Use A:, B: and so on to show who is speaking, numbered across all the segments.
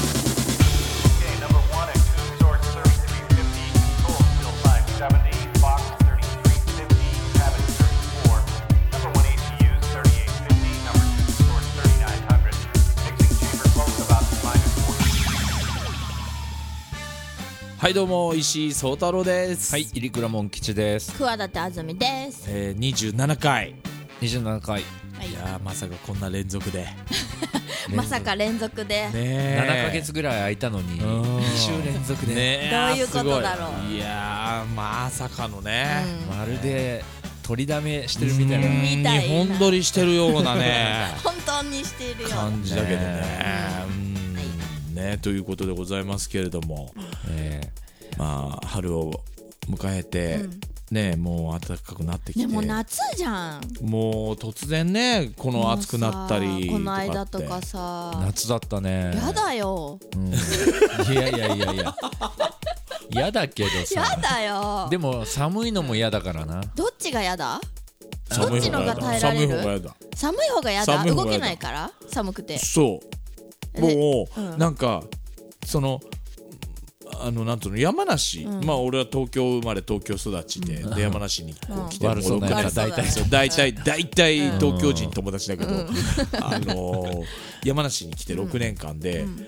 A: Okay, number one at Coon Resort, 3350, Control Still 570, Fox 3350, Cabin 34, number one ACU 3850, number two Resort 3900, mixing chamber close about minus 40.
B: はいどうも石井壮太郎です
C: はい、イリクラモン吉です。
D: 桑舘あずみです。
B: えー、27回
C: 二十七回、
B: いやーまさかこんな連 続で
D: まさか連続で、
B: ね
C: 七
B: え
C: ヶ月ぐらい空いたのに、
B: うん
C: 二週連続で、
B: ねえ
D: どういうことだろう
B: すごいいやーまさかのね、
C: まるで取りだめしてるみたいな。
D: うんみたいな
B: 日本撮りしてるようなね
D: 本当にしているよ。
B: 感じだけどねうん
D: は
B: ねということでございますけれども
C: え
B: まあ春を迎えて、ねえもう暖かくなってきて
D: でも夏じゃん。
B: もう突然ねこの暑くなった
D: もう
B: り
D: さこの間
B: と
D: と
B: かって
D: か
C: ー
D: さ、
C: 夏だったね。
D: やだよ。
C: いやいやいやいや。やだけど
D: や
C: さ。
D: だよ。
C: でも寒いのも嫌だからな。
D: どっちがやだ？
B: 寒い
D: どっちの
B: 方
D: 方
B: が
D: が耐えら
B: 寒
D: れ
B: い
D: る
B: 方がやだ
D: 寒い方がやだ。
B: 寒い方が
D: 動
B: やだ
D: けないから寒くて。
B: そう
D: で
B: もう、
D: うん
B: なんかそのあのなんとの山梨、まあ俺は東京生まれ東京育ちで,、で山梨にこう来て、
C: 悪そうなやつは大体
D: 悪そ
B: そう大体大体東京人友達だけど、あのー山梨に来て6年間で、うん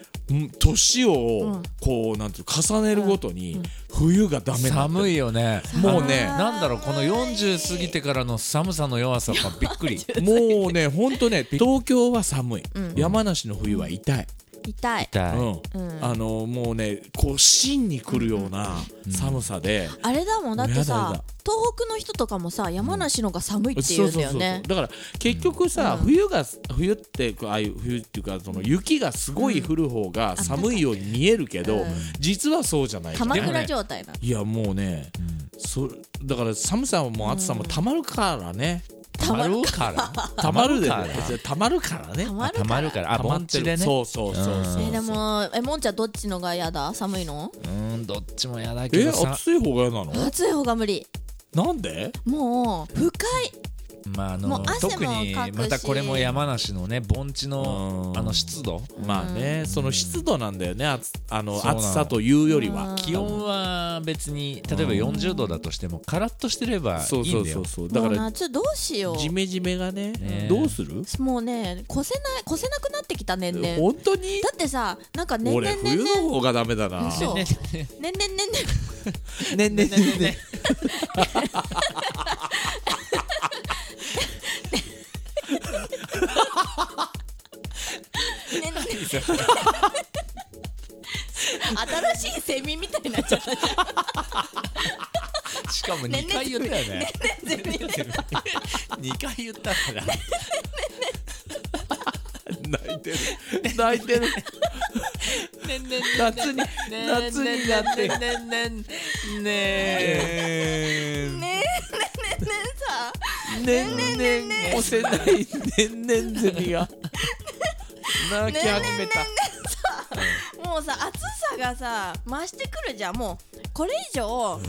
B: 年をこうなんていうの重ねるごとに冬がダメなんだ
C: 寒いよね。
B: もうね
C: なんだろうこの40過ぎてからの寒さの弱さがびっく り
B: もうね本当ね東京は寒い、山梨の冬は痛い、
D: 痛い。
C: 痛い、
B: うんあのもうねこう芯にくるような寒さで、
D: あれだもんだって
B: もうやだや
D: さ
B: だ、
D: 東北の人とかもさ、山梨の方が寒いって言
B: そううん
D: だ
B: そうそう
D: よ
B: そう
D: ね。
B: だから結局さ、冬が冬ってこうああいう冬っていうかその雪がすごい降る方が寒いように見えるけど、
D: うん
B: 実はそうじゃないじゃん
D: 鎌
C: でも
D: 倉
C: ね
D: 状態なの。
B: いやもうね、そだから寒さも暑さもたまるからね、
C: たまるから
B: たまるで
C: たまるから
B: たまるからね
D: たまる
C: た
D: か
C: まる
D: ら。
C: からあ
B: 溜ま
C: 盆
B: って
C: 地
B: る
C: でね
B: そうそうそうそう
D: えでもえもんちゃんどっちのがやだ？寒いの？
C: うんどっちも嫌だけ
B: え
C: どさ
B: 暑い方が嫌なの
D: 暑い方が無理。
B: なんで
D: もう不快
C: まああ
D: も
C: の
D: う汗も
C: 特に
D: かくし
C: またこれも山梨のね盆地の
B: うん
C: あの湿度
B: まあね、その湿度なんだよね、暑あの
C: そうなの
B: 暑さというよりは。
C: 気温は別に例えば40度だとしてもカラッとしてればい
B: そう
C: い
B: そ
C: ん
B: う
C: だ
B: そ
C: よ
B: うそう、だ
D: も
B: か
D: う
B: ら、
D: 夏どうしよ
B: ジ
D: う
B: メジメがね、
C: ね
B: どうする。
D: もうね越せない越せなくなってきた年々だ
B: 本当に。
D: ってさなんか年々
B: 俺、
D: 年
B: 冬の
D: 々
B: 方がダメだな。
D: そう年々年々
B: ねねねね。
D: 年々新しいセミみたいになっちゃったね
C: しかも2回言ったよね2回言ったから
B: 泣いてる。泣いてる。夏に、夏になって。ねえ。
D: ねさ
B: 年々押せない年々ゼミが泣き始めた
D: もうさ暑さがさ増してくるじゃんもうこれ以上、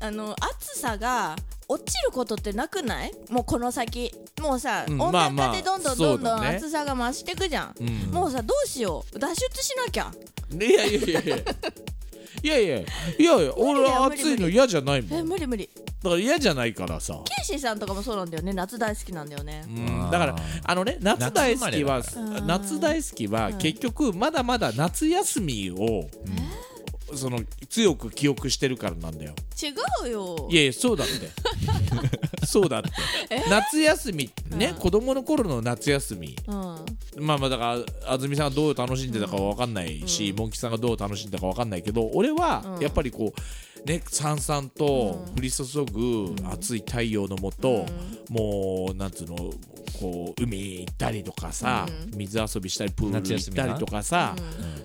D: あの暑さが落ちることってなくないもうこの先もうさ、
B: うん
D: 温
B: まあ
D: 暖
B: まあ
D: 化でどんどんどんど
B: そうんだね
D: 暑さが増してくじゃん、
B: ん
D: もうさどうしよう脱出しなきゃ
B: いやいやいやいやいやいやいやいや俺は
D: 無理
B: 暑
D: 無理
B: いの嫌じゃないも
D: え
B: んだ
D: 無理無理
B: から嫌じゃないからさ
D: ケイシーさんとかもそうなんだよね夏大好きなんだよね、
B: うんだからあのね夏大好きは
C: 夏
D: まれだから
B: 夏大好きは結局まだまだ夏休みをその強く記憶してるからなんだよ
D: 違うよ
B: いやいやそうだってそうだって夏休みね子供の頃の夏休み
D: うん
B: まあまあだから安住さんがどう楽しんでたかは分かんないし、モンキさんがどう楽しんでたか分かんないけど俺はやっぱりこうねさんさんと降り注ぐ熱い太陽のもと、もうなんつうのこう海行ったりとかさ、水遊びしたりプール行ったりとかさ、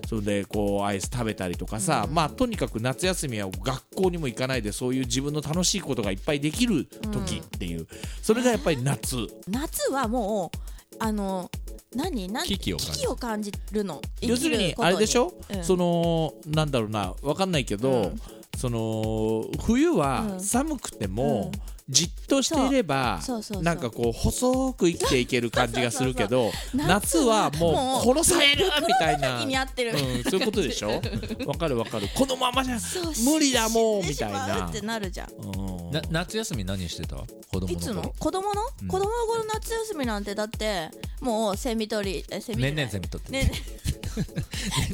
B: それでこうアイス食べたりとかさ、まあとにかく夏休みは学校にも行かないでそういう自分の楽しいことがいっぱいできる時っていう、それがやっぱり夏。
D: 夏はもうあの何何
C: 危機を感じる
D: 感じるの
B: 要する
D: 生き
B: に
D: こと
B: あれでしょ、
D: うん
B: そのなんだろうなわかんないけど、その冬は寒くても、じっとしていれば
D: そうそうそうそう
B: なんかこう細く生きていける感じがするけど夏
D: 夏
B: は
D: は
B: もう殺されるみたいな
D: 時に合ってる
B: うん、そういうことでし ょわかるわかるこのままじゃ
D: そう
B: 無理だもう
D: 死んで
B: み
D: した
B: い
D: まう
B: な
D: ってなるじゃん
B: うん
C: な夏休み何してた子供の頃
D: いつの子供の、
C: うん
D: 子供の頃夏休みなんてだってもうセミ取りえセミじゃ
C: 年
D: ない
C: 々ゼミ取って
D: ね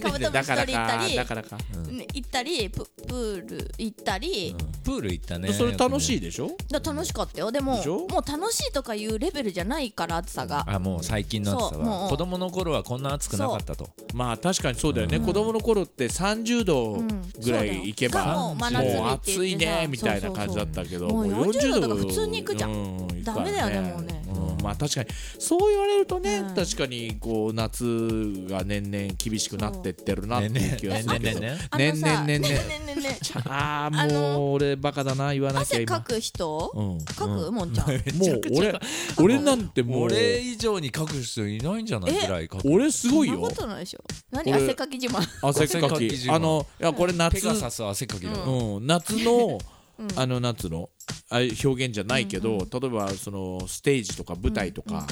D: カブトム
B: だ
D: シ
B: から
D: 取り行った
B: か
D: り
B: だからか、
D: ね行ったりププール行ったり、
C: プール行ったね
B: それ楽しい
C: い
B: でしょ
D: だから楽しかったよでも
B: でしょ
D: もう楽しいとかいうレベルじゃないから暑さが
C: あもう最近の暑さ
D: そうも
C: は
D: う
C: 子供の頃はこんな暑くなかったと
B: まあ確かにそうだよね、子供の頃って30度ぐらいいけば、
D: うんそうだ
B: もう
D: よしかも真夏
B: 暑
D: 日
B: い
D: って言ってさ
B: ねみたいな感じだったけど
D: そうそうそうもう40度とか
B: 40
D: 普通に行くじゃん
B: う行くから
D: ダメだよねもうね
B: うんまあ確かにそう言われるとね、
D: うん
B: 確かにこう夏が年々厳しくなってってるなって
C: ね
B: いう
C: ね
B: 気が
C: ね
B: する
C: ね
B: け
C: ね
B: ど
C: ね
D: あのさ
B: ねんねんねんねん
D: ねんねんねんねん
B: あ
D: あ
B: あもう俺バカだな言わなきゃ
D: 汗
B: 今
D: かく人、
B: うん
D: かくもんちゃん
B: もう俺俺なんてもう
C: 俺以上に書く人いないんじゃない
D: え
C: ぐらい書く
B: 俺すごい
D: そんな
B: よ
D: ことないでしょ何
B: 俺
D: 汗かき自慢
B: 汗か
C: 汗かき
B: き
C: 自慢
B: あのいやこれ
C: ペ
B: 夏
C: ガサス汗かきだよ
B: うん、夏の、あの夏のあ表現じゃないけど、例えばそのステージとか舞台とか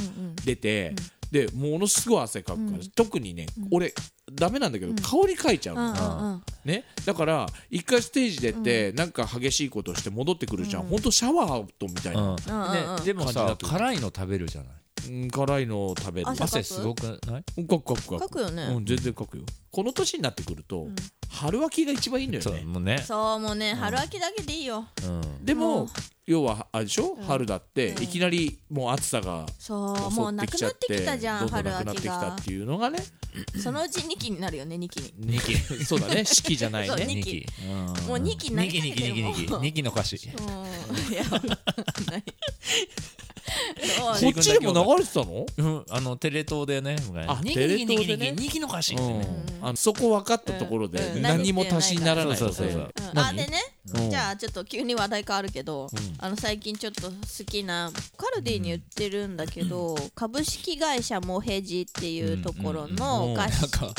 B: 出て、でものすごい汗かくから、特にね、俺ダメなんだけど、顔にかいちゃう
D: うん
B: の、
D: うんうん
B: ね、だから一回ステージ出て、なんか激しいことして戻ってくるじゃん、ほんとシャワーアウトみたいな、
C: うん
D: うんうんう
C: ね
D: ん
C: でも
B: 感じだ
C: さ
B: と
C: 辛いの食べるじゃない
B: うん辛いのを食べる
D: 汗かく
C: 汗すごくない
B: うんかくかくかく
D: かくよね
B: うん、全然かくよこの年になってくると、春秋が一番いいんだよ
C: そう
B: ね
C: もうね
D: そうもうね春秋だけでいいよ
C: うん
B: で
D: う
B: も
D: ん
B: 要はあれでしょ、春だって、いきなりもう暑さが
D: そうもうなくなってきたじゃん
B: どど
D: 春
B: なくなって
D: 秋
B: きた
D: が
B: っていうのがね
D: そのうち2期になるよね2期に
B: 二 期そうだね四季じゃない
D: そう
B: ね
D: 二
C: ニ
D: 期
C: キうん
D: もう二期になりかけてるもん
C: ニキニキニキニキニキの歌詞
D: うんいやわかんない
B: こ
D: そ
B: っちでも流れてたの、
C: うんあのテレ東でね
B: あ
C: ニキ
B: テレ
C: ニキニ
B: 東
C: キ
B: でね
C: ニキニキの歌詞
B: うん、あのそこ分かったところで
D: うんうん
B: 何も足しにならない
C: そうそうそう
D: ううんあ
B: 何
D: でね
B: うん
D: じゃあちょっと急に話題変わるけどあの最近ちょっと好きなカルディに売ってるんだけど株式会社モヘジっていうところのお菓
C: なん
D: 子
C: か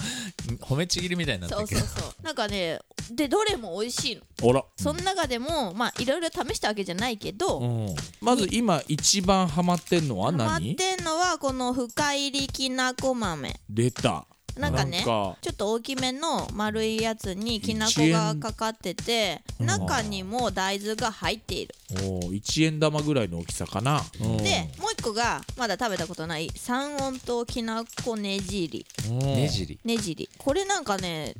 C: 褒めちぎりみたいになっ
D: そ
C: た
D: う
C: け
D: そう
C: ど
D: そう なんかねでどれも美味しいの
B: ほら、
D: その中でもまあいろいろ試したわけじゃないけど、
B: うん、まず今一番ハマってんのは
D: ハマっ
B: 何
D: てんのはこの深入りきなこ豆
B: 出た
D: なんかね
B: なんか
D: ちょっと大きめの丸いやつにきなこがかかってて中にも大豆が入っている
B: おー一円玉ぐらいの大きさかな、うん
D: でもう一個がまだ食べたことない三温糖きなこねじり
B: うん
C: ねじりっ
D: ねじりこれなんかね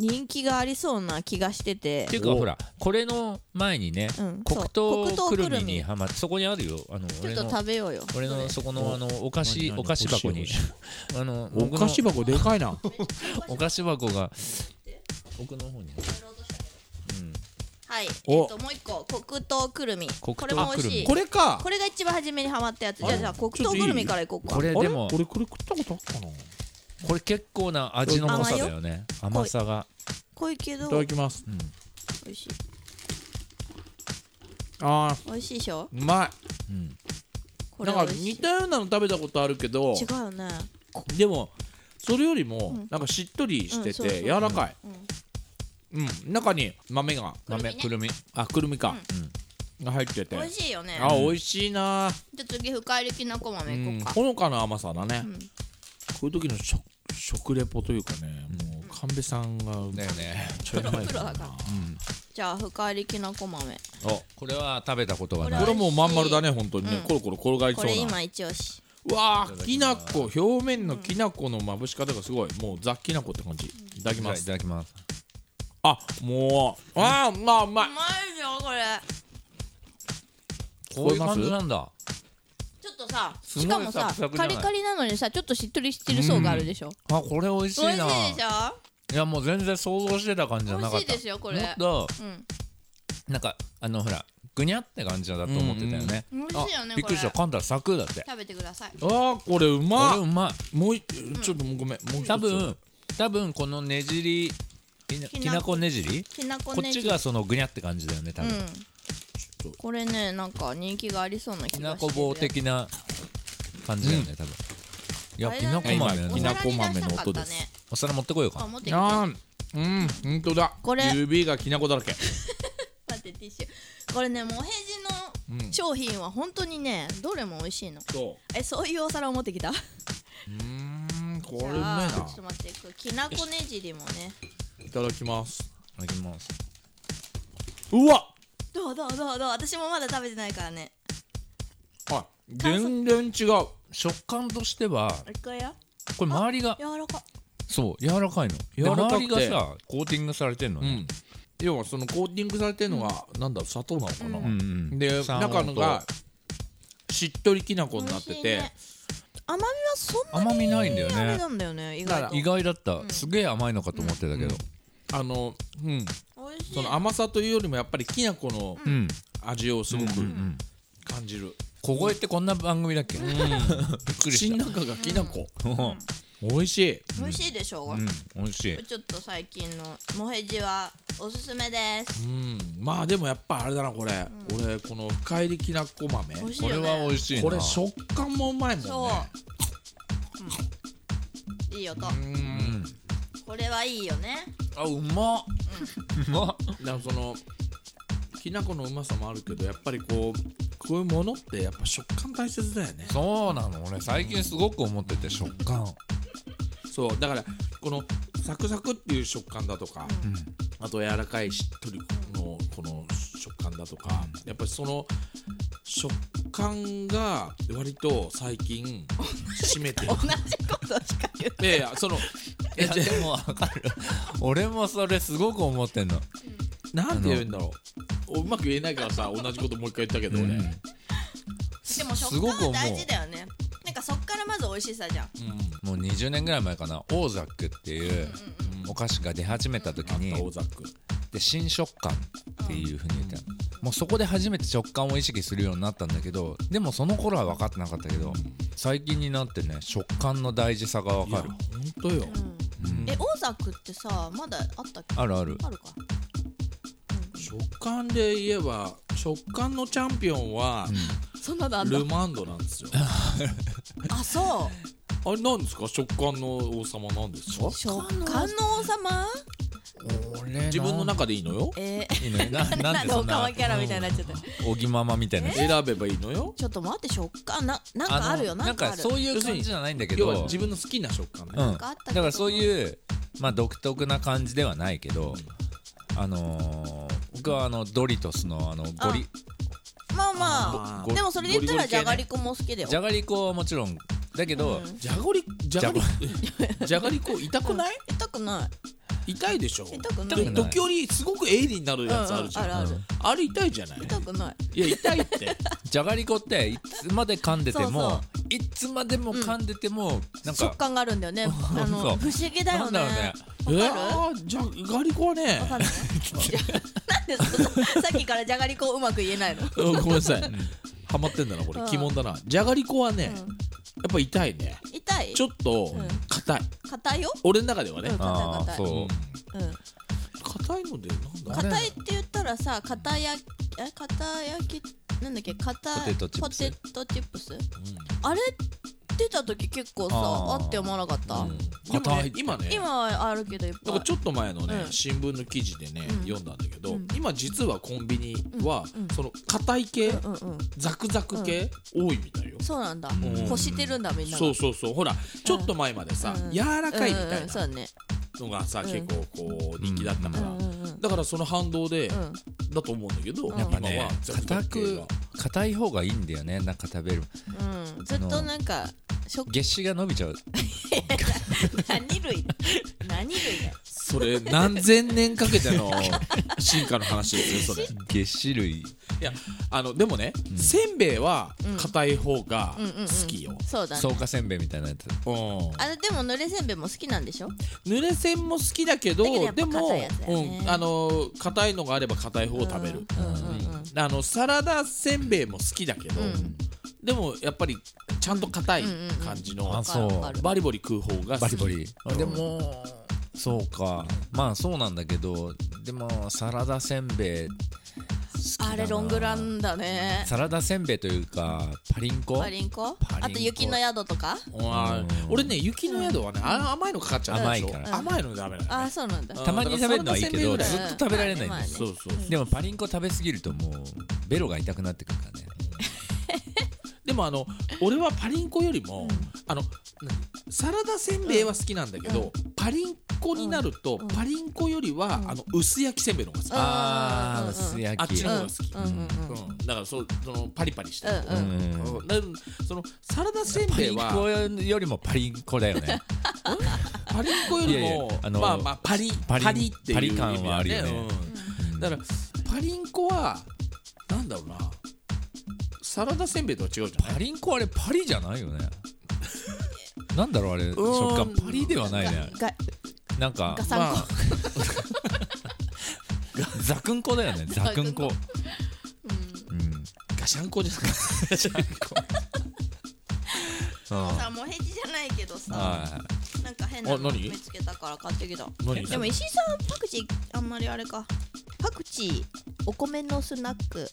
D: 人気がありそうな気がしてて
C: ていうか
B: お
C: ほらこれの前にね
D: うん
C: 黒
D: そう
C: 糖くるみ
D: 黒
C: に
D: 糖
C: ハマってそこにあるよあの
D: ちょっ
C: 俺
D: と
C: の
D: 食べようよ
C: 俺のそこのあのお菓子
B: 何
C: お菓子箱に
B: 欲しい
C: あの
B: お菓子
C: 僕の
B: 箱でかいな
C: お菓子箱が奥の方に
D: はい、えっ
B: お
D: ともう一個黒糖くるみ
C: 黒糖
D: これも美味しい
B: こ
D: これ
B: れか
D: が一番初めにハマったやつじゃあじゃあ黒糖くるみからいこうか
C: これ
B: あれ
C: でも
B: 俺これ食ったことあったかな
C: これ結構な味の濃さだよね
D: よ
C: 甘さが
D: 濃いけど
B: いただ
D: 美
B: きます
D: 味しい
B: あ
D: 美味しいでしょ
B: ーうまい
D: これ
B: なんか
D: 美味し
B: 似
D: い
B: たようなの食べたことあるけど
D: 違うよね
B: でもそれよりもなんかしっとりして
D: うんそうそう
B: て柔らかいうん中に豆が
C: 豆く
D: く
C: るみ
B: あくるみかが入ってて
D: 美味しいよね
B: あ美味しいな
D: じゃあ次深入りきなこ
B: う
D: 豆い
B: ん
D: こうか
B: ほのかな甘さだねこういう時の食食レポというかねもう神戸さんが
C: だよね
B: ちょい前
D: プ ロ
B: だ
D: だから
B: な
D: じゃあ深入りきなこ豆
C: おこれは食べたことが
D: これ
C: な
B: こ
C: い
B: れもうまん丸だね本当にね
D: うん
B: コロコロ転がり
D: こ
B: そう
D: れ
B: な
D: 今一押し
B: うわあきなこ表面のきなこのまぶし方がすごいもうザ・きなこって感じいただきま
C: はいい
B: す
C: ただきます
B: あもうあーまあうまいう
D: まいよこれ
C: こういう感じなんだ
D: ちょっとさ
C: ごい
D: しかもさ
C: サクサクじゃ
D: カ
C: ない
D: リカリなのにさちょっとしっとりしてる層があるでしょ
C: あこれ美味しい
D: 美味
C: な
D: しいで
C: い
D: し
C: やもう全然想像してた感じじゃ
D: ょ美
C: なか
D: 味
C: っ
D: しい
C: た
D: ですよこ
C: も
D: れ
C: っと
D: うん
C: なんかあのほらぐにゃって感じだと思ってたよね、
D: 美味しいよね
C: あ
D: こ
C: びっくりし
D: れ
C: た
D: 食
C: 噛んだらサクッだって
D: べてください
B: あーこれう
C: こ
B: ま
C: れ
B: いう
C: ま
B: もういちょっともうごめんもう一
C: い
B: つ
C: 多分多分このねじりきな
D: きな
C: きなこねじり
D: きなこ
C: こ
D: ね
C: っ
D: じ
C: ちがそのぐにゃって感じだよね多分、
D: うんこれねなんか人気がありそうな
C: き
D: 気
C: な
D: がして
C: こ
D: る
C: 棒的な感じだよね、多分いや
D: あれ
C: き
D: だ
C: な
D: ね
C: こ豆だ
B: きな
C: ね
B: こ豆の音です
D: お皿に出したかったね
C: お皿持ってこよう
D: あ
C: か
D: 持ってきて
B: あーうん本当だ
D: これ
B: 指がきなこだらけ
D: 待ってティッシュこれねモヘジの
B: うん
D: 商品は本当にねどれも美味しいの
B: そ
D: えそういうお皿を持ってきた
B: ううーんこれう
D: じゃ
B: まい
D: あ
B: な
D: ちょっと待ってきなこねじりもね
B: いただきます
C: いただきます
B: うわ
D: どうどうどうどう私もまだ食べてないからね
B: はい全然違う
C: 食感としては
D: 一回や
C: これ周りが
D: 柔らか
C: そう柔らかいので
B: 柔らかく
C: 周
B: て
C: りがさコーティングされてんの
B: う
C: ね
B: ん要はそのコーティングされてるのが、なんだ砂糖なのかな、
C: うんうん
B: で
C: サーモン
B: 中の
C: と
B: がしっとりきな粉になって
D: 美味しい
B: て、
D: ね甘みはそんな
C: 甘みないんだよ
D: にあれ
C: ね
D: なんだよね意
B: だか
D: 外と
B: ら
D: 美
C: 意外だったすげえ甘いのかと思ってたけど
B: あのうん
D: 味しい
B: その甘さというよりもやっぱりきな粉の
C: うん
B: 味をすごく感じる、
C: 小声ってこんな番組だっけびっくり
B: 口
C: し
B: の中がきな粉、
C: たうん
B: 美味しい
D: 美味しいでしょう、
C: 美味しい
D: ちょっと最近のモヘジはおすすめです
B: うんまあでもやっぱあれだなこれ、俺この深入りきなこ豆
D: 美味しい
C: こ
D: よ
C: れ
D: ね
C: は美味しいな
B: これ食感もうまいもんね
D: そう、うん、いい音
B: うん
D: これはいいよね
C: あうまっうまっ
B: だからそのきな粉のうまさもあるけどやっぱりこうこういうものってやっぱ食感大切だよね
C: そうなの俺最近すごく思ってて食感
B: そうだからこのサクサクっていう食感だとか、あと柔らかいしっとりのこの食感だとかやっぱりその食感が割と最近占めてる
D: 同じことしか言う
B: いやいやその
C: いやでもわかる俺もそれすごく思ってんの
B: なんて言うんだろううまく言えないからさ同じこともう一回言ったけど俺、
C: う
B: うんん
D: でも
C: す
D: 食
C: ごく
D: 感
C: 思
D: は
C: う
D: 大事だよねなんかそっからまず美味しさじゃん
C: もう20年ぐらい前かなオーザックっていうお菓子が出始めた時に
B: あった大ザック
C: で新食感っていうふうに言ってたのもうそこで初めて食感を意識するようになったんだけどでもその頃は分かってなかったけど最近になってね食感の大事さが分
B: いや
C: か
B: ほ
C: る
B: んとよ、
D: えオーザクってさまだあったっけ
C: あるある
D: あるか
B: 食感で言えば食感のチャンピオンは
D: そんなのあ
B: ルマンドなんですよ、
D: あそ
B: あれなんですか食感の王様なんですか
D: う食感の王様
B: 自分の中でいいのよ
D: え
C: いいのよな
D: ー、
C: なんでそん
D: おか
C: な
D: まキャラみたいになっちゃった、
C: おぎままみたいな
B: 選べばいいのよ
D: ちょっと待って食感ななんかあるよ
C: の
D: なんかある
C: そういう感じじゃないんだけ
B: 要は
C: ど
B: 自分の好きな食感ね、
C: うん
D: んかあったけ
C: だ
D: ど
C: からそういうまあ独特な感じではないけどあのー僕はあのドリトスのあのゴリ
D: まあま
B: あ
D: あ
B: ー
D: でもそれで言ったら
B: ゴリゴリ系
D: じ
B: ね
D: ゃがりこも好きだよ
C: じゃがりこはもちろんだけど
D: うん
B: じゃがりじゃがり じゃがりこ痛くない、
D: 痛くない
B: 痛いでしょ
D: 痛くない
B: で時折すごく鋭利になるやつあるじゃん、
D: うんうんあるある
B: あれ痛いじゃない
D: 痛くない
B: いや痛い って
C: じゃがりこっていつまで噛んでて
D: そうそ
C: もいつまでも噛んでてもなん
D: 食
C: か
D: 感があるんだよ ねあの
C: そう
D: 不思議だ
C: な
D: よ
C: んだ
D: ね
C: ろうね
B: え
D: る
B: ー、じゃがりこはね
D: わかんない なんでそんなさっきからじゃがりこうまく言えない の
B: うんごめんなさいハマってんだなこれ
D: うん
B: 鬼門だなじゃがりこはね、やっぱ痛いね
D: 痛い
B: ちょっと
D: うん
B: 硬い、
D: 硬いよ
B: 俺の中ではね
D: うん
C: あ
D: 硬
C: あ
D: い
C: そう
D: うん
B: 硬いのでなんだ
D: 硬いって言ったらさ硬焼きえ硬焼きなんだっけ硬
C: ポテトチップス
D: ポテトチップスあれ出た時結構さ
C: あー
D: あって思わなかった
B: でも
C: 硬
B: ね
C: い
B: 今ね
D: 今はあるけどいっ
B: な
D: ぱ
B: んか
D: い
B: ちょっと前のね、
D: うん
B: 新聞の記事でね、
D: うん
B: 読んだんだけど、
D: うん
B: 今実はコンビニは、
D: うんうん
B: その硬い系、
D: うんうん
B: ザクザク系、多いみたいよ、
D: そうなんだ
B: ん
D: 欲してるんだみんなが
B: そうそうそうほらちょっと前までさ、
D: うん
B: 柔らかいみ
D: うん
B: た
D: う
B: い
D: んそう
B: な
D: だね
B: のがさ、
D: うん
B: 結構こう人気だったから、
D: うんうんうん
B: だからその反動で、
D: うん
B: だと思うんだけど、
D: ん
C: やっぱ
B: 今
C: ね
B: はザクザ
C: 硬
B: ク系
C: く
B: が
C: 硬い方がいいんだよねなんか食べる
D: うんずっとなんか 食
C: 月子が伸びちゃう
D: 何類何類だよ
B: それ何千年かけての進化の話ですよそれい
C: 月子類
B: やあのでもね、せんべいは硬い方が好きよ、
D: そうだ
C: 草
D: ね
C: 加せんべいみたいなやつ
B: うん
D: あれでも濡れせんべいも好きなんでしょ
B: 濡れせんも好きだけど
D: だけどやっ
B: で
D: ぱ
B: も
D: 硬いやつだよね
B: うんあの硬いのがあれば硬い方を食べる、あのサラダせんべいも好きだけど、
D: ん
B: でもやっぱりちゃんと硬い感じの、
C: あそう
D: わかる
B: バリバリ食う方が好
C: バ
B: き
C: リバリでもそうかまあそうなんだけどでもサラダせんべいきだな
D: あれロングランだね
C: サラダせんべいというかパリンコ
D: パリンコ
C: パリンコ
D: あと雪の宿とか
B: あー俺ね雪の宿はね、あ甘いのかかっちゃう
C: 甘いから
B: でしょ甘いのダメだね
D: あーそうなんだ
B: うん
C: たまに食べるのはいいけど
B: だからそ
C: ずっ
B: んな
C: と食べられないん
D: まあ
C: だ
D: ね
C: よ
D: まあね
B: そうそう
C: でもパリンコ食べ過ぎるともうベロが痛くなってくるからね
B: でもあの俺はパリンコよりも、あのサラダせんべいは好きなんだけど、パリンコになると、パリンコよりは、あの薄焼きせんべいの方が好き、
C: ああ薄
B: あっ
C: 焼
B: ち
C: き
B: の
C: う
B: 方
C: ん
B: が好き、
D: うんうん
B: うんだからそうそのパリパリして、
D: うんうん
B: うんだからそのサラダせん
C: パ
B: べい
C: リン
B: は
C: コよりもパリンコだよね
B: パリンコよりも
C: いやいやあの
B: まあまあパリ
C: パリ
B: パリっていう
C: パリ感はあるよね
B: 意味だうんだからパリンコはなんだろうなサラダせんべいとは違うじゃない
C: パリンコあれパリじゃないよねなんだろうあれ食感パリではないね
D: が
C: なんか
D: ガサンコ、
C: ザクンコだよねザクンコうん
B: ガシャンコじゃないガシャンコ
D: さもう平気じゃないけどさ
C: は
D: なんか変な
B: あ
D: の
B: 何
D: 見つけたから買ってきた
B: 何
D: でも石井さんパクチーあんまりあれかパクチーお米のスナック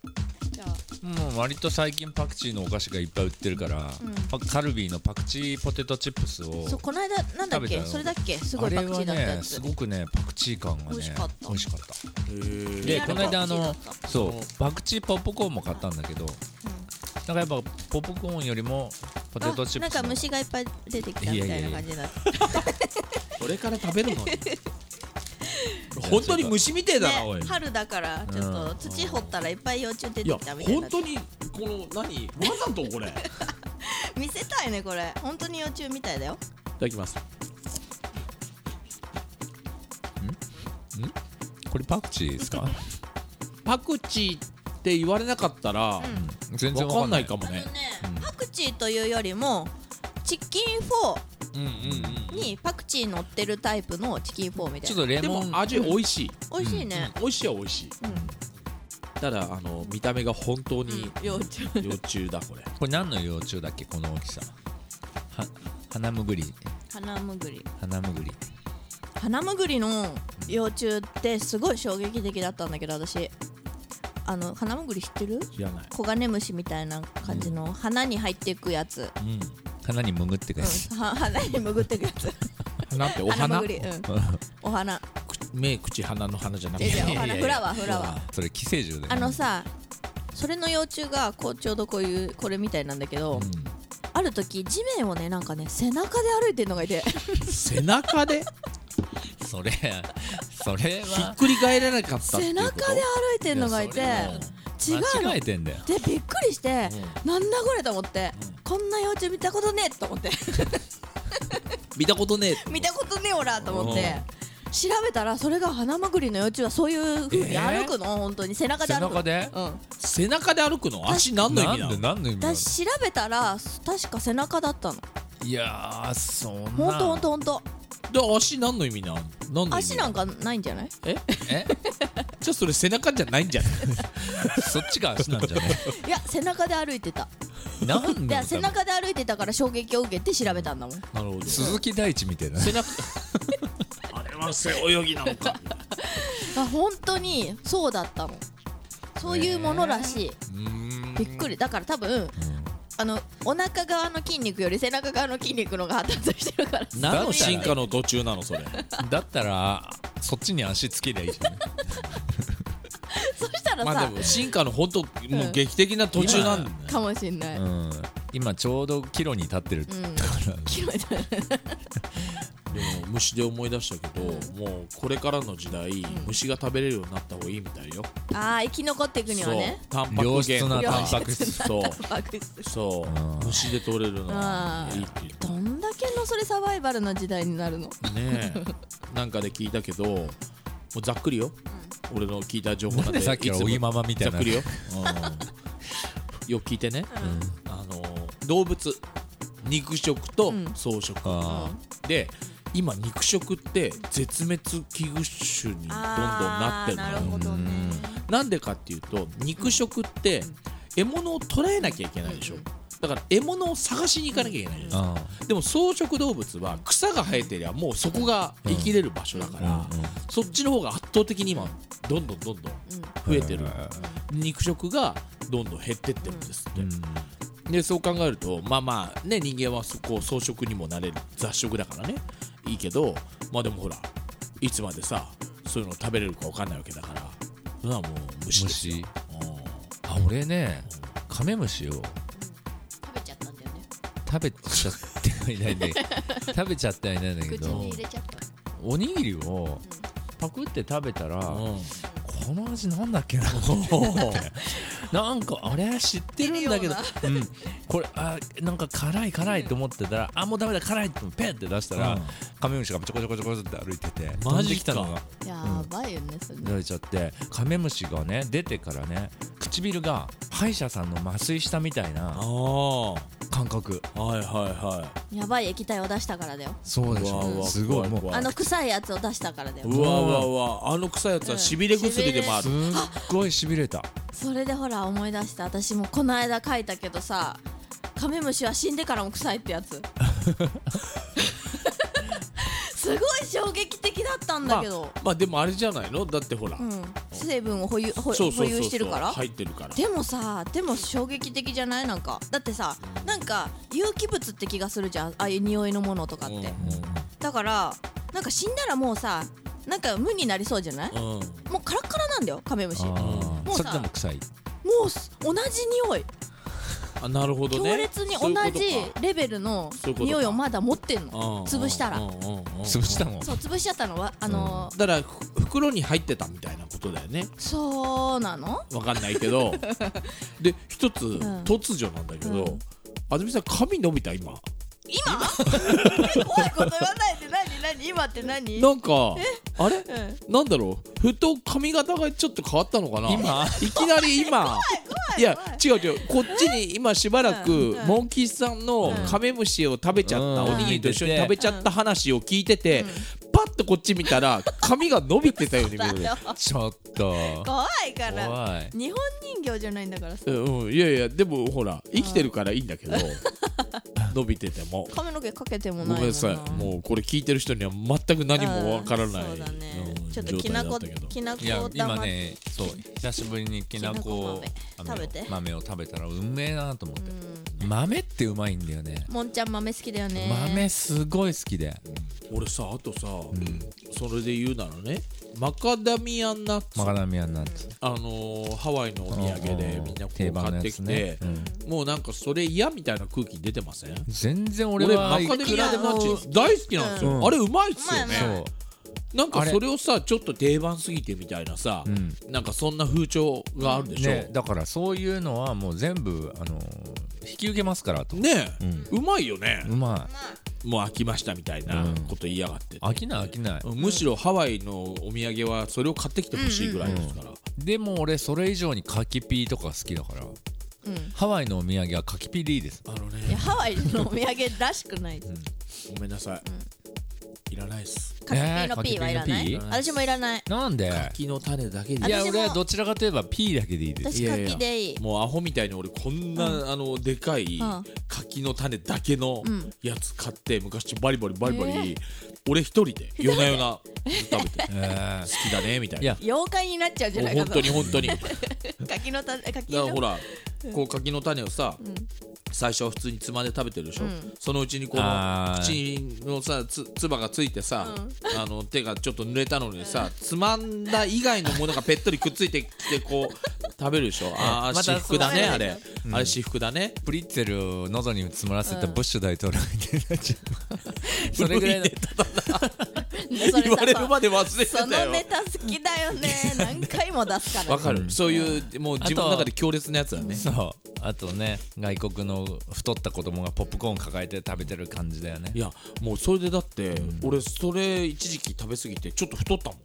D: じゃあ
C: いもう割と最近パクチーのお菓子がいっぱい売ってるから、パカルビーのパクチーポテトチップスを
D: そうこの間なんだ
C: 食
D: っ
C: べた
D: け
C: よ
D: それだっけすごいパクチーだった
C: あれは
D: や
C: ね
D: つ
C: すごくねパクチー感がね
D: 美味しかった
C: 美味しかった
B: で
C: でこの間あの
D: パクチーだっ
C: そうパクチーポップコーンも買ったんだけど、なんかやっぱポップコーンよりもポテトチ
D: あ
C: ッ
D: な
C: プスの
D: んか虫がいっぱい出てきたみたいな感じになって
B: これから食べ るのに本当に虫みてえだなおい
D: ね春だからちょっと土掘ったらいっぱい幼虫出て
B: いや
D: きたみたいな
B: 本当にこの何わざとこれい
D: 見せたいねこれ本当に幼虫みたいだよ
B: ただきます
C: これパクチーです か
B: パクチーって言われなかったら
C: 全然
B: わ
C: わ
B: か
C: か
B: ん
C: ん
B: な
C: ないい
B: か
C: か
B: も
D: あのね
B: ね
D: パクチーというよりもチキンフォ
B: うんうんうん
D: ーにパクチー乗ってるタイプのチキンフォーみた
C: ちょ
D: い
C: っ
D: な
C: とレ
B: で
C: モ
B: も
C: ン
B: 味美味しい
D: 美味しいね
B: 美味しいは美味しい、ただあの見た目が本当に
D: 幼虫
B: 幼虫だこれ
C: これ何の幼虫だっけこの大きさは花むぐり
D: ハナムグリ
C: 花むぐり
D: ハナムグリの幼虫ってすごい衝撃的だったんだけど私あのハナムグリ知ってる
B: 知らない
D: コガネムシみたいな感じの花に入っていくやつ、
C: うん花にむぐってくやつ
D: うん、 は花に潜っていくやつ
B: 花ってお
D: ハナ
B: 花
D: ムグリうんお花
B: 口目口鼻の花じゃなく
D: えじゃあお
B: て
D: 花フラワーフラワー
C: それ寄生獣だよ
D: あのさそれの幼虫がこうちょうどこういうこれみたいなんだけど、ある時地面をねなんかね背中で歩いてるの がいて
B: 背中 でひ
C: それそれ
B: っ
C: は
B: くり返らなかったってい
D: 背
B: うこと
D: 中で歩いてるのがいて違うの
C: 間違えてんだよ
D: でびっくりして、なんだこれと思って、こんな幼虫見たことねえと思って
B: 見たことねえ
D: 見たことねえおらと思って調べたらそれがハナマグリの幼虫はそういう風に歩くの、本当に背中で
C: 背
D: 歩く
C: 中
D: の
C: で
D: うん
B: 背中で歩くの足何の意味な
C: なんで
B: の
C: 何の意味なの
D: 私調べたら確か背中だったの
C: いやーそんな
D: ほんとほんとほんと
B: で足何の意味なの何の意味
D: 足なんかないんじゃない
B: え
C: え
B: じゃあそれ背中じゃないん じゃない
C: そっちが足なんじゃない
D: いや背中で歩いてた
C: なん
D: いや
C: だ
D: 背中で歩いてたから衝撃を受けて調べたんだもん
B: なるほど
C: 鈴木大地みたいな
B: 背中あれは背泳ぎなのか
D: あ本当にそうだったのそういうものらしい、びっくりだから多分、あのお腹側の筋肉より背中側の筋肉の方が発達してるから
B: 何の進化の途中なのそれ
C: だったらそっちに足つけりゃいいじゃん
D: そしたらさ、
B: まあでも進化の本当もう劇的な途中なんだよ
D: かもしんない、
C: うん今ちょうどキロに立ってるだから
D: 広いだね
B: でも虫で思い出したけど、もうこれからの時代、虫が食べれるようになった方がいいみたいよ、
D: ああ生き残っていくには
B: そう
D: ね
B: タンパク
C: 良質
B: 源
C: な
D: 良
C: タン
D: 質
C: パ
D: な
C: ク質
B: そう
D: タンパク質
B: そう、虫で取れるのは
D: うん
B: いいっていう
D: どんだけのそれサバイバルの時代になるの
B: ねえなんかで聞いたけどもうざっくりよ、俺の聞いた情報なん
C: なんでさっきからおぎままみたいな
B: ざっくり よ、うんよく聞いてね、あの動物肉食と草食、
C: あ
B: で今肉食って絶滅危惧種にどんどんなってるのよ
D: どね
B: なんでかっていうと肉食って獲物を捕らえなきゃいけないでしょだから獲物を探しに行かなきゃいけないじゃないですか
C: あ
B: でも草食動物は草が生えてりゃもうそこが生きれる場所だから、そっちの方が圧倒的に今どんどんどんどん増えてる肉食がどんどん減ってってるんですって、でそう考えるとまあまあね人間はそこ草食にもなれる雑食だからねいいけどまあでもほらいつまでさそういうの食べれるか分かんないわけだからそれはもう虫ですよ
C: 虫
B: うん
C: あ俺ねカメムシを
E: 食べちゃったんだよね
C: 食べちゃってはいないんだけ ど食べちゃってはいないんだけ
E: 口
C: ど
E: に入れちゃった
C: おにぎりをパクって食べたら、
B: うん
C: この味なんだっけな なんかあれ知ってるんだけど、うん、これあなんか辛い辛いと思ってたら、あもうダメだ辛いってペンって出したら、
B: うん
C: カメムシがちょこちょこちょこって歩いてて
B: マジか
C: 飛んできたのが
E: やばいよねそれ
C: られちゃってカメムシがね出てからね唇が歯医者さんの麻酔したみたい
B: あ
C: な
B: あは
C: 感覚
B: いはいは
D: やばい液体を出したからだよ
C: そうでし
B: うわう
C: ょ
B: わ
C: すごいもう
B: 怖
D: あの臭いやつを出したからだよ
B: いうわうわうわあの臭いやつはしびれ薬でもある
C: すっごいしびれた
D: それでほら思い出した私もこの間書いたけどさカメムシは死んでからも臭いって やつすごい衝撃的だったんだけど、
B: まあでもあれじゃないのだってほら、
D: うん、成分を保有保
B: そう
D: 保
B: そうそう
D: 有
B: そ
D: して
B: う
D: るから
B: 入ってるから
D: でもさでも衝撃的じゃないなんかだってさなんか有機物って気がするじゃんああいう匂いのものとかって、だからなんか死んだらもうさなんか無になりそうじゃない、
B: うんうん
D: もうカラッカラなんだよカメムシ
C: あ
D: も
C: ー
D: もう
C: そ
D: さ
C: れでも臭い、
D: うす同じ匂い
B: あなるほどね
D: 強烈に同じレベルの
B: そういうことか
D: 匂いをまだ持ってんの
B: そういうことか
D: 潰したら
B: うんうんうんうん
C: 潰したの
D: そう潰しちゃったのはあのー
B: だからふ袋に入ってたみたいなことだよね
D: そうなの
B: わかんないけ どで一つ突如なんだけど、
D: うん
B: 安住さん髪伸びた今
D: 今怖いこと言わないで何何今って何
B: なんかあれ
D: うん
B: なんだろうふと髪型がちょっと変わったのかな
C: 今
B: いきなり今いや違う違うこっちに今しばらく
D: うんうん
B: モンキーさんのカメムシを食べちゃった
C: うん
B: おにぎりと一緒に食べちゃった話を聞いててパッとこっち見たら髪が伸びてたように見える
C: ちょっと
D: 怖いから
C: 怖い
D: 日本人形じゃないんだからさ
B: うんいやいやでもほら生きてるからいいんだけ ど伸びてても
D: 髪の毛かけても
B: ご
D: ないも
B: めんなさいもうこれ聞いてる人には全く何もわからない
D: うんそうだね
B: うん
D: ちょっときな
B: 状
D: こ
B: 態だったけど
D: きなこ
C: いや今
D: 玉
C: ねそう久しぶりにきなこ
D: き
C: 豆を
D: なこ豆食べて
C: 豆を食べたらうめえなと思って、豆ってうまいんだよね
D: もんちゃん豆好きだよね
C: 豆すごい好きで
B: 俺さあとさそれで言うならねマカダミアナッツ
C: マカダミアナッツ
B: あのーハワイのお土産でみんなこ
C: 定
B: う
C: 番の
B: 買
C: や
B: って
C: つ
B: き
C: ね
B: て、もうなんかそれ嫌みたいな空気出てません
C: 全然俺
B: 俺
C: は
B: マカデミアナッツ大好きなんですよ、
C: うん
B: あれうまいっすよね、
C: そう
B: なんかそれをさちょっと定番すぎてみたいなさ、
C: ん
B: なんかそんな風潮があるでしょ、
C: ねだからそういうのはもう全部あの引き受けますからと
B: ねえ、うまいよね、
C: うま
B: もう飽きましたみたいなこと言いやがってて、
C: い飽きない飽きない
B: むしろハワイのお土産はそれを買ってきてほしいぐらいですから、
C: でも俺それ以上に柿ピーとか好きだから
D: うん
C: ハワイのお土産は柿ピーでいいです
B: あの
D: いや
B: ね
D: ハワイのお土産らしくない
B: ごめんなさい、いらないっす
D: カキピーの P はいらな
C: え
D: い
C: ー柿ピーの P？
D: 私もいらない
C: なんで
B: 木の種だけで
C: いや
D: 私も
C: 俺はどちらかといえばピーだけでいいです
D: 私カキでいい
B: もうアホみたいに俺こんな、あのでかい
D: うん
B: 柿の種だけの
D: ん
B: やつ買って昔バリバリバリバリ、俺一人で夜な夜な食べて好
C: えー
B: きだねみたい
C: い
B: な
C: や
D: 妖怪になっちゃうんじゃ
B: もう
D: ない
B: 本
D: か
B: 当に本当にだか
D: 柿の種柿
B: ら
D: の
B: ほらこう柿の種をさ、最初は普通につまんで食べてるでしょ、そのうちにこの
C: あ
B: 口のさつつばがついてさ、あの手がちょっと濡れたのにさ、つまんだ以外のものがぺっとりくっついてきてこ う食べるでしょああ、
C: また
B: 私服だね
D: そう
B: あれ、あれ私服だね
C: プリッツェルを喉に詰まらせたブッシュ大統領みたいになっちゃうそれぐらいの
D: それ
B: 言われる
D: さ
B: まで忘れて
D: そ
B: た
D: の
B: よ
D: ネタ好きだよね何回も出すからね
B: わかる、そういうもう自分の中で強烈なやつだね
C: そうあとね外国の太った子供がポップコーン抱えて食べてる感じだよね
B: いやもうそれでだって、俺それ一時期食べ過ぎてちょっと太ったもん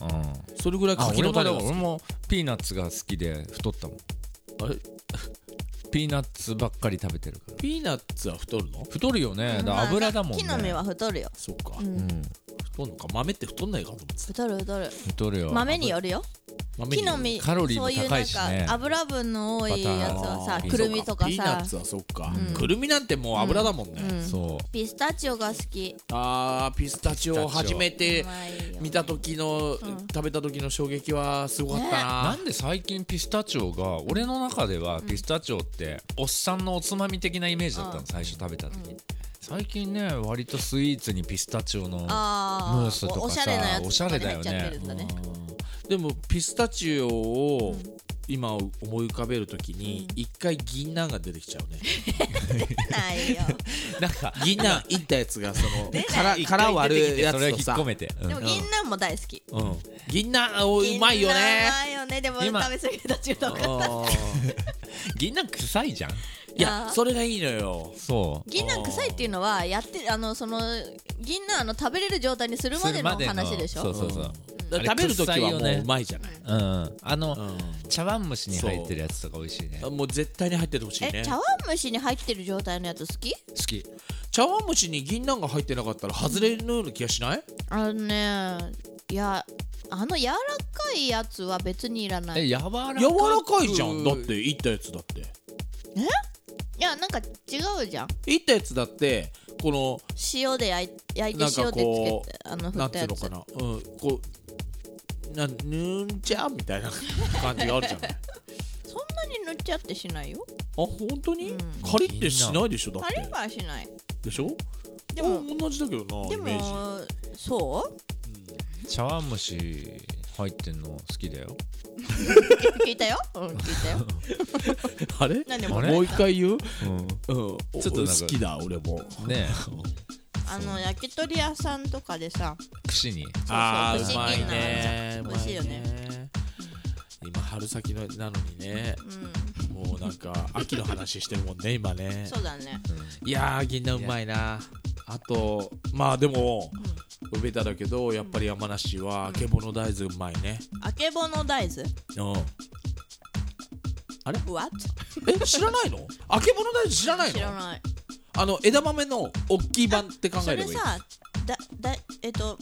C: うん
B: それぐらい
C: あ
B: 柿の
C: 俺もだ
B: 種が
C: から
B: 好き
C: 俺もピーナッツが好きで太ったもん
B: あれ
C: ピーナッツばっかり食べてるから
B: ピーナッツは太るの
C: 太るよねだから
D: まあ
C: 油だもんね
D: 木の実は太るよ
B: そうか、太るのか豆って太んないかと思ってた
D: 太る太る
C: 太るよ
D: 豆によるよ
B: 豆に
D: 木の実
C: カロリーも高いしね
D: そういうなんか油分の多いやつは
B: あ
D: さ
B: ー
D: くるみとか
B: ピーナッ
D: さ
B: ツはそっか、
D: うん
B: くるみなんてもう油だもんね、
D: うん
C: そ
D: ピスタチオが好き
B: あーピスタチオを初めて
D: うまいよ
B: 見た時の、食べた時の衝撃はすごかった
C: う
B: な、
C: なんで最近ピスタチオが俺の中ではピスタチオっておっさんのおつまみ的なイメージだった
D: うん
C: の最初食べた時最近ね割とスイーツにピスタチオのム
D: あー
C: ースとかさ
D: おおしゃれなやつ
C: おしゃれだよ
D: とかね入っちゃって
C: ね
D: るんだね
B: でもピスタチオを今思い浮かべる時に一回銀杏が出てきちゃうね
D: ないよ
C: なんか
B: 銀杏いったやつがそ の殻
C: 一
B: 殻
C: 回
B: 割
C: 出てき
B: る
C: て
B: や
C: それ
B: つ
C: を
B: と
C: 引っ
B: さ
C: 込めて
D: でも銀杏も大好き
B: うん銀杏をうまいよね
D: 銀杏うまいよねでも
C: 今
D: 食べ過ぎた中毒
B: うん
C: 銀杏臭いじゃん
B: いやそれがいいのよ
C: そう
D: 銀杏臭いっていうのはやってあのその銀杏の食べれる状態にするますで
C: る
D: の
C: までの
D: 話でしょ
C: そうそうそう
B: だから食べる時はもううまいじゃない、
C: うんあの
B: う
C: 茶碗蒸しに入ってるやつとか美味しいね好
B: んもう絶対に入っててほしい
D: え
B: ね
D: 茶碗蒸しに入ってる状態のやつ好き
C: き
B: 茶碗蒸しに銀杏が入ってなかったら外れのような気がしない
D: あのねいやあの柔らかいやつは別にいらない
C: え
D: い
C: 柔らかく
B: 柔らかいじゃんだっていったやつだって
D: やなんか違うじゃん
B: いったやつだってこの
D: 塩で焼い焼いて
B: なんか
D: 塩で
B: こ
D: つ
B: う
D: けてあの振
B: なん
D: ってた
B: いう
D: や
B: の
D: つ
B: かな、うん、こうなんぬんちゃみたいな感じがあるじゃん あ
D: そんなに塗っちゃってしないよ
B: 本当に、カリってしないでしょだっ
D: カレー
B: て
D: はしない
B: でしょ
D: でも
B: あ同じだけどな
D: で
B: イメージ
D: もそう
C: 茶碗蒸し入ってんの好きだよ
D: 聞いたよ、 うん、聞いたよ
B: あれ
D: 何で
C: も
D: も
C: あれ
B: もう一回言う、
C: うん
B: うん、
C: ちょっとなんか
B: 好きだ俺も
C: ね
D: あの焼き鳥屋さんとかでさ
C: 串に
B: あ
D: 不
B: ーう
D: 思
B: ま
D: 議
B: い
D: な
B: ね
D: 美味しいよね
B: うまいね今春先のなのにね
D: うん
B: もうなんか秋の話してるもんね今ね
D: そうだね
B: いやー銀杏うまいなあとまあでも、ベタだけどやっぱり山梨はあけぼの大豆うまいね
D: あけぼの大豆
B: うんあれ
D: What?
B: え知らないのあけぼの大豆知らないの
D: 知らない
B: あの枝豆の大きい版って考
D: そ
B: えれ
D: れ
B: ばいい
D: さだだえっと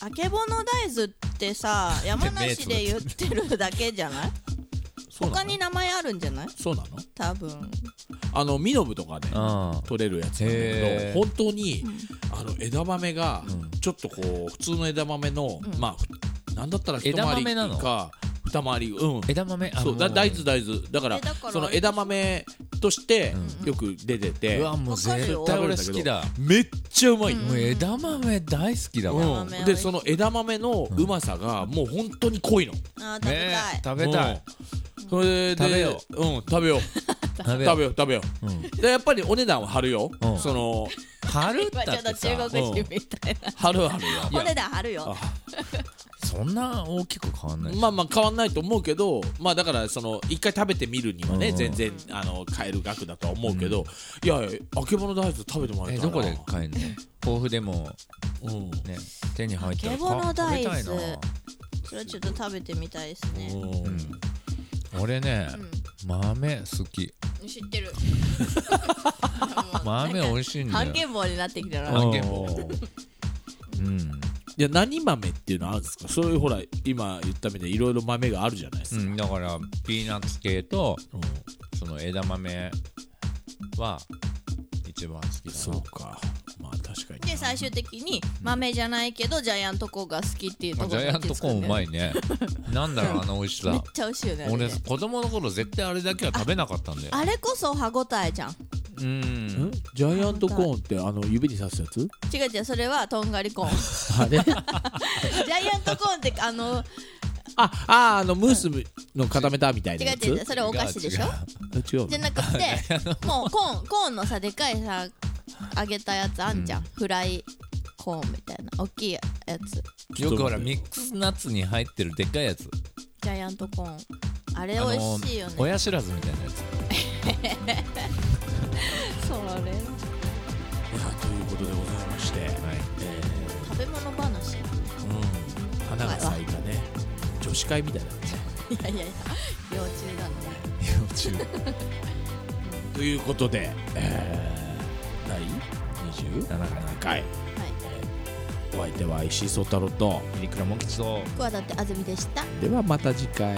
D: あけぼの大豆ってさ山梨で言ってるだけじゃない
B: そうな
D: 他
B: の
D: に名前あるんじゃない
B: そうなの
D: 多分
B: あのミノブとかね
C: うん
B: 取れるやつなんだけ
C: へー
B: ど本当に、あの枝豆が
C: うん
B: ちょっとこう普通の枝豆の、
D: うん
B: まあふなんだったら一回
C: 枝
B: り
C: 豆なの
B: か二回りうん
C: 枝豆あ
B: そうだ
C: も
B: 大豆大豆だから
D: えだから
B: その枝豆として
D: うん
B: よく出てて、
C: うわもう絶
D: わか
C: 対
D: る
B: よ
C: 俺好きだ
B: めっちゃうまいの、
C: もう枝豆大好きだ
B: う
C: わ
B: ん
D: 枝豆
B: でその枝豆のうまさがもう本当に濃いの、
D: あー食べたい、
C: ね食べたい
B: うんそれで
C: 食べよ
B: う、ん、食べよう
C: 食べ
B: 食べ
C: よ
B: よう食べよ
C: ううん
B: うでやっぱりお値段は張るよ、
C: うん
B: その
C: 春っ
D: 今ち
C: た
D: ょっと
C: ってさ
D: 中国人みたいな
B: 張る張るよ
C: や
D: お値段張るよ
B: あ
C: そんな大きく変わんないし
B: まあまあ変わんないと思うけどまあだからその一回食べてみるにはね、
C: うん
B: 全然あの買える額だとは思うけど、いやいやあけぼの大豆食べてもらい
C: え
B: たいな
C: どこで買えるの豆腐でも
B: うん
C: ね手に入ったら
D: あけぼの
C: 買
D: 大
C: い
D: 豆
C: たいな
D: それはちょっと食べてみたいですね
B: う
C: うんん俺ね豆好き
D: 知って る
C: 豆美味しいんだ
D: 半
C: よ
D: 径棒になってきた
B: あ
D: な
C: 半券もうん
B: いや何豆っていうのはあるんですかそういうほら今言ったみたいにいろいろ豆があるじゃないで
C: う
B: すか、
C: んだからピーナッツ系とその枝豆は一番好きだ
B: そ
C: な
B: うかまあ確かに
D: で最終的に豆じゃないけどジャイアントコーンが好きっていうと
C: まあジ
D: ころ
C: ャイアントコーンうま
D: い
C: い ねなんだろうあの美味し
D: めっ
C: さ
D: ちゃ美味しいよねあれ
C: 俺
D: ね
C: 子供の頃絶対あれだけは食べなかったんだよ
D: あれこそ歯ごたえじゃん
C: うんん
B: ジャイアントコーンってあの指に刺すやつ
D: 違う違うそれはとんがりコ ーンジ
B: あ れ
D: ャイアントコーンってあの
B: あああのムースの固めたみたいな
D: 違
B: や
D: う
B: つ
D: 違うそれお菓子でしょ
C: 違う
B: 違う
D: じゃなく てもうコーンコーンのさでかいさ揚げたやつあんじゃん、フライコーンみたいな大きいやつ
C: よくほらミックスナッツに入ってるでっかいやつ
D: ジャイアントコーンあれ美
C: あの
D: 味しいよね、
C: 親知らずみたいなやつ
D: それ
B: いやということでございまして、
C: はい
B: え
D: 食べ物話 い
B: ーうん、花が咲いたね女子会みたいなね
D: やいやいや幼虫だね
C: 幼虫
B: ということで、えー、第27回
D: はい
B: えーお相手は石井聡太郎と
C: ミニクラモン吉と
D: 桑田って安住でした
B: ではまた次回。